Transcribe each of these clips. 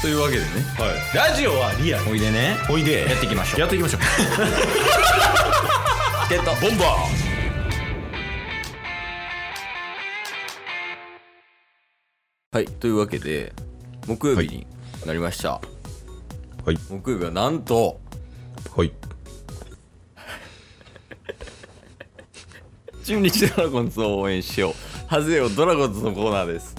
というわけでねはい、ラジオはリアルおいでねおいでやっていきましょうやっていきましょうゲットボンバはいというわけで木曜日になりました、ーはい木曜日はなんとはい中日ドラゴンズを応援しようハゼよドラゴンズのコーナーです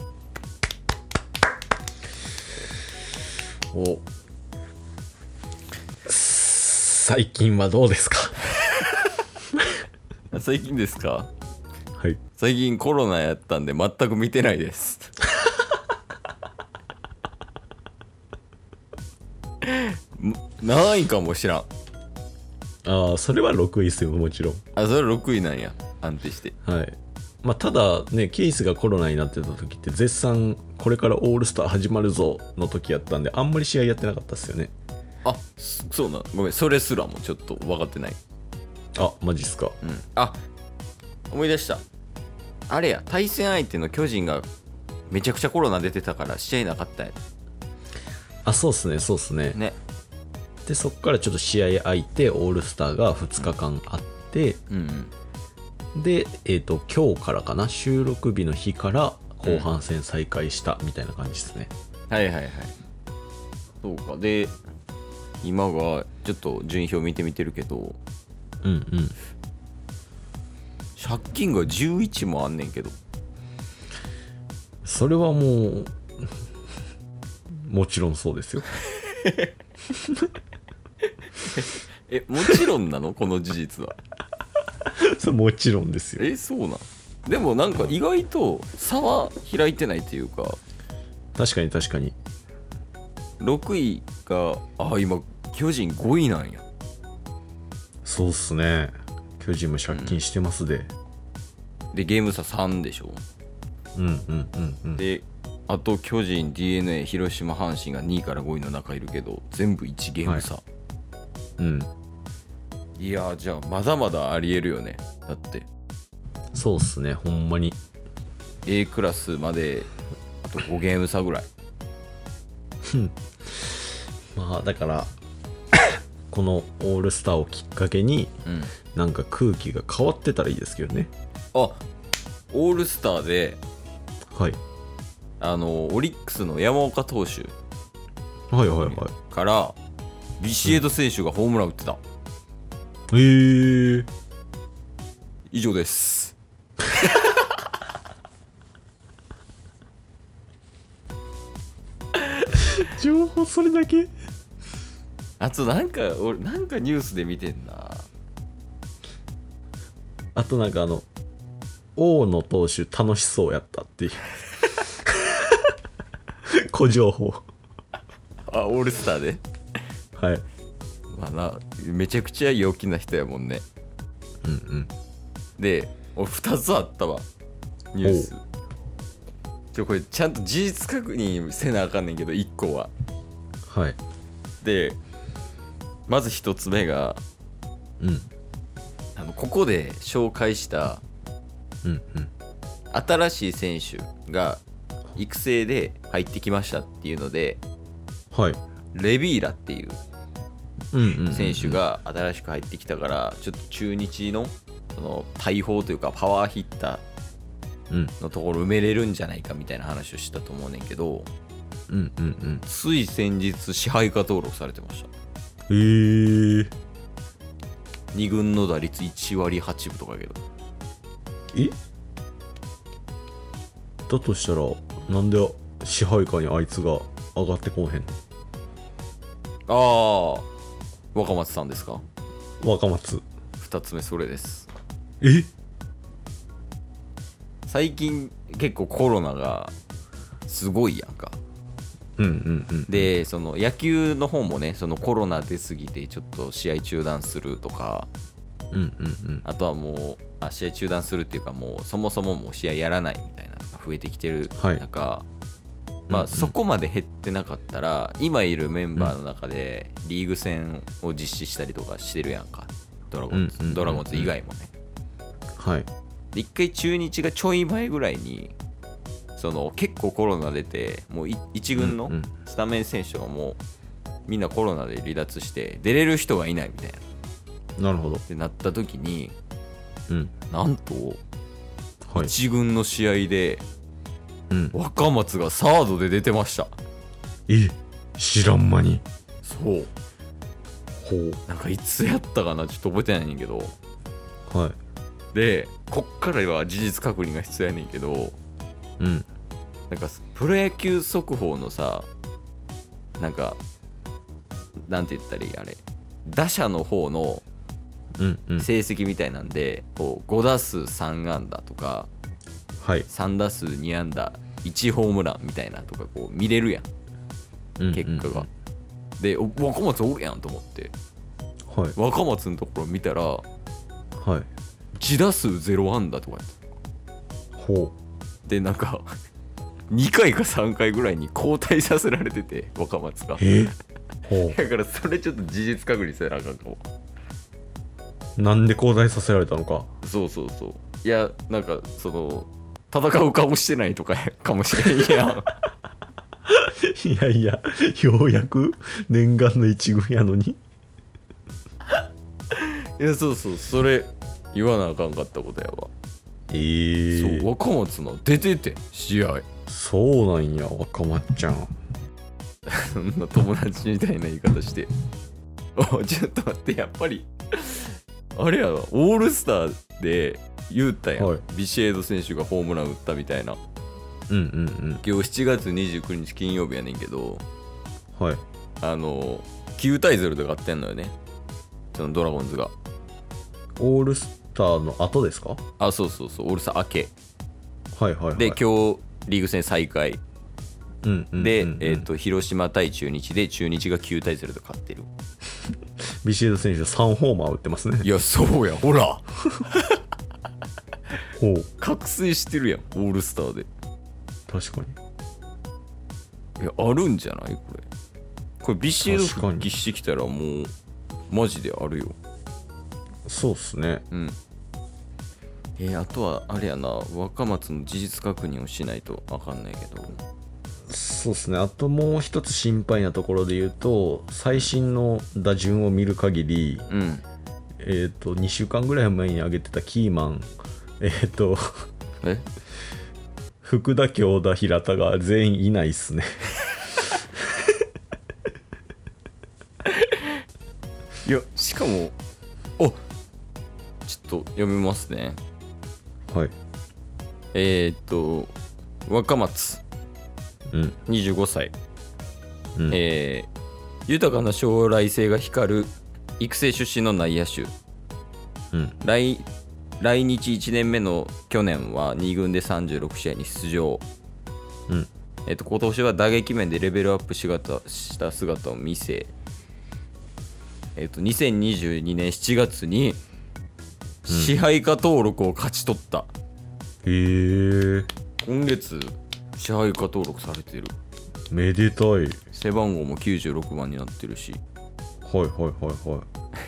お最近はどうですか最近ですか はい最近コロナやったんで全く見てないです んないかもしらんああそれは6位ですよもちろんあそれ6位なんや安定してはいまあただねケイスがコロナになってた時って絶賛これからオールスター始まるぞの時やったんであんまり試合やってなかったっすよねあそそうなんごめんそれすらもちょっと分かってないあマジっすかうんあ思い出したあれや対戦相手の巨人がめちゃくちゃコロナ出てたから試合なかったやあそうっすねそうっすねねでそっからちょっと試合空いてオールスターが2日間あって、うんうんでえっ、と今日からかな収録日の日から後半戦再開したみたいな感じですね、はいはいはいそうかで今がちょっと順位表見てみてるけどうん、うん借金が11もあんねんけどそれはもうもちろんそうですよえもちろんなの この事実はそ れもちろんですよえそうなんでもなんか意外と差は開いてないっていうか確かに確かに6位があ今巨人5位なんやそうっすね巨人も借金してますで、でゲーム差3でしょうん、うんうんうんであと巨人 d n a 広島阪神が2位から5位の中いるけど全部1ゲーム差、うんい、やーじゃあまだまだありえるよねだってそうっすねほんまに A クラスまであと5ゲーム差ぐらいまあだから このオールスターをきっかけにうんなんか空気が変わってたらいいですけどねあオールスターではいあのオリックスの山岡投手はいはいはいからビシエド選手がホームラン打ってた、へえー、以上です情報それだけあとなんか俺なんかニュースで見てんなあとなんかあの大野投手楽しそうやった っていう小情報あオールスターではいまあなめちゃくちゃ陽気な人やもんねうんうんで俺2つあったわニュースちょこれちゃんと事実確認せなあかんねんけど1個ははいでまず1つ目がうんあのここで紹介したうんうん新しい選手が育成で入ってきましたっていうのではいレビーラっていううんうんうん選手が新しく入ってきたからちょっと中日のその大砲というかパワーヒッタうんーのところ埋めれるんじゃないかみたいな話をしたと思うねんけどうんうんうんつい先日支配下登録されてましたへえー、 2軍の打率1割8分とかやけどえだとしたらなんで支配下にあいつが上がってこうへんああ若松さんですかの若松2つ目それですえ最近結構コロナがすごいやんかうんうんうんでその野球の方もねそのコロナ出過ぎてちょっと試合中断するとかうんうんあとはもうあ試合中断するっていうかもうそもそももう試合やらないみたいなのが増えてきてるはい中、まあ、そこまで減ってなかったら今いるメンバーの中でリーグ戦を実施したりとかしてるやんかドラゴンズ、うんうんうんうんドラゴンズ以外もねはいで一回中日がちょい前ぐらいにその結構コロナ出てもうい一軍のうんうんスタメン選手がもうみんなコロナで離脱して出れる人がいないみたいなっなるほど。てなった時にうん。なんとはい。一軍の試合でうん、若松がサードで出てましたえ知らん間に。そうほう。なんかいつやったかなちょっと覚えてないねんけどはい。でこっからは事実確認が必要やねんけどうん。なんかプロ野球速報のさなんかなんて言ったらいいあれ打者の方のうん。うん。成績みたいなんで、こう5打数3安打とかはい。 3打数2安打1ホームランみたいなとかこう見れるやんうん結果が、。でお若松おるやんと思ってうんはい。若松のところ見たらはい。 1打数0安打とかやってほでなんか 2回か3回ぐらいに交代させられてて若松がう。えほだからそれちょっと事実確認せなあかんかもう。なんで交代させられたのか。そうそうそういやなんかその戦う顔してないとかかもしれんやん いやいや、ようやく念願の一軍やのに。 いやそうそうそれ言わなあかんかったことやわ、えーそう若松の出てて試合そうなんや、若松ちゃん。そんな友達みたいな言い方して おちょっと待ってやっぱりあれやわオールスターで言うたやん、はいビシエド選手がホームラン打ったみたいなうんうん今日7月29日金曜日やねんけどうん。はい。あの9対0で勝ってんのよねそのドラゴンズがオールスターの後ですかはあそうそうそうオールスター明けいはいはい。で、今日リーグ戦再開うんうんうんうんで、えー、と広島対中日で中日が9対0で勝ってるビシエド選手3ホーマー打ってますね。いやそうやほらほう。覚醒してるやんオールスターで確かに。いやあるんじゃないこれこれビシエド確かに復帰してきたらもうマジであるよそうっすね。うんえーあとはあれやな若松の事実確認をしないと分かんないけどそうですね、あともう一つ心配なところで言うと、最新の打順を見る限り、うんえー、と2週間ぐらい前に上げてたキーマン、えー、と え福田、京田、平田が全員いないっすね。 いやしかもおちょっと読みますねはい、えー、っと若松うん25歳、うんえー豊かな将来性が光る育成出身の内野手うん来来日1年目の去年は2軍で36試合に出場、うんえー、と今年は打撃面でレベルアップしがたした姿を見せ、えー、と2022年7月に支配下登録を勝ち取った、へえ今月支配下登録されてるめでたい。はい背番号も96番になってるしはいはいは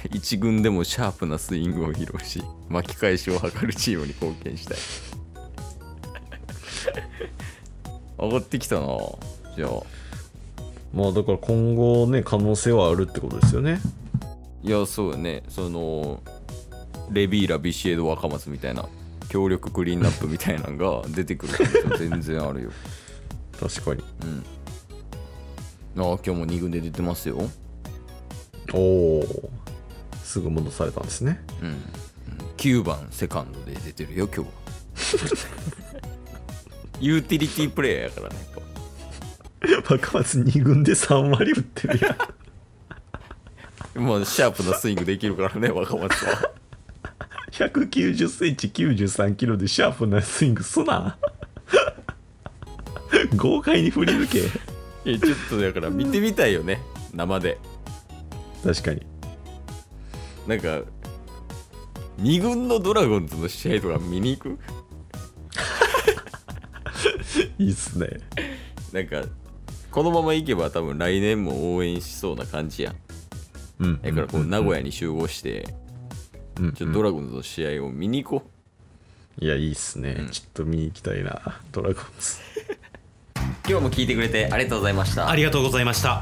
1軍でもシャープなスイングを披露し巻き返しを図るチームに貢献したい上がってきたなじゃあい。まあだから今後ね、可能性はあるってことですよね。いやそうよねそのレビーラビシエド若松みたいな強力クリーンナップみたいなのが出てくる可能性全然あるよ確かに。うんああ今日も2軍で出てますよおお、すぐ戻されたんですね。 うんうん9番セカンドで出てるよ今日はユーティリティプレイヤーやからねやっぱ若松2軍で3割打ってるやん。まあ、シャープなスイングできるからね、若松は。 190センチ93キロでシャープなスイングすな 豪快に振り抜けいやちょっとだから見てみたいよね、生で。確かになんか、2軍のドラゴンズの試合とか見に行くいいっすねなんか、このまま行けば多分来年も応援しそうな感じやん。うんだからこう、名古屋に集合して、うんちょっとドラゴンズの試合を見に行こう。いやいいっすね、うんちょっと見に行きたいなドラゴンズ今日も聞いてくれてありがとうございましたありがとうございました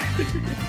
す